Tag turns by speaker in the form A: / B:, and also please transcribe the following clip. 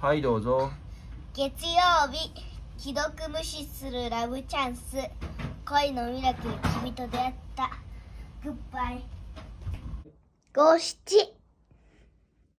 A: はいどうぞ
B: 月曜日既読無視するラブチャンス恋のミラクル君と出会ったグッバイ五七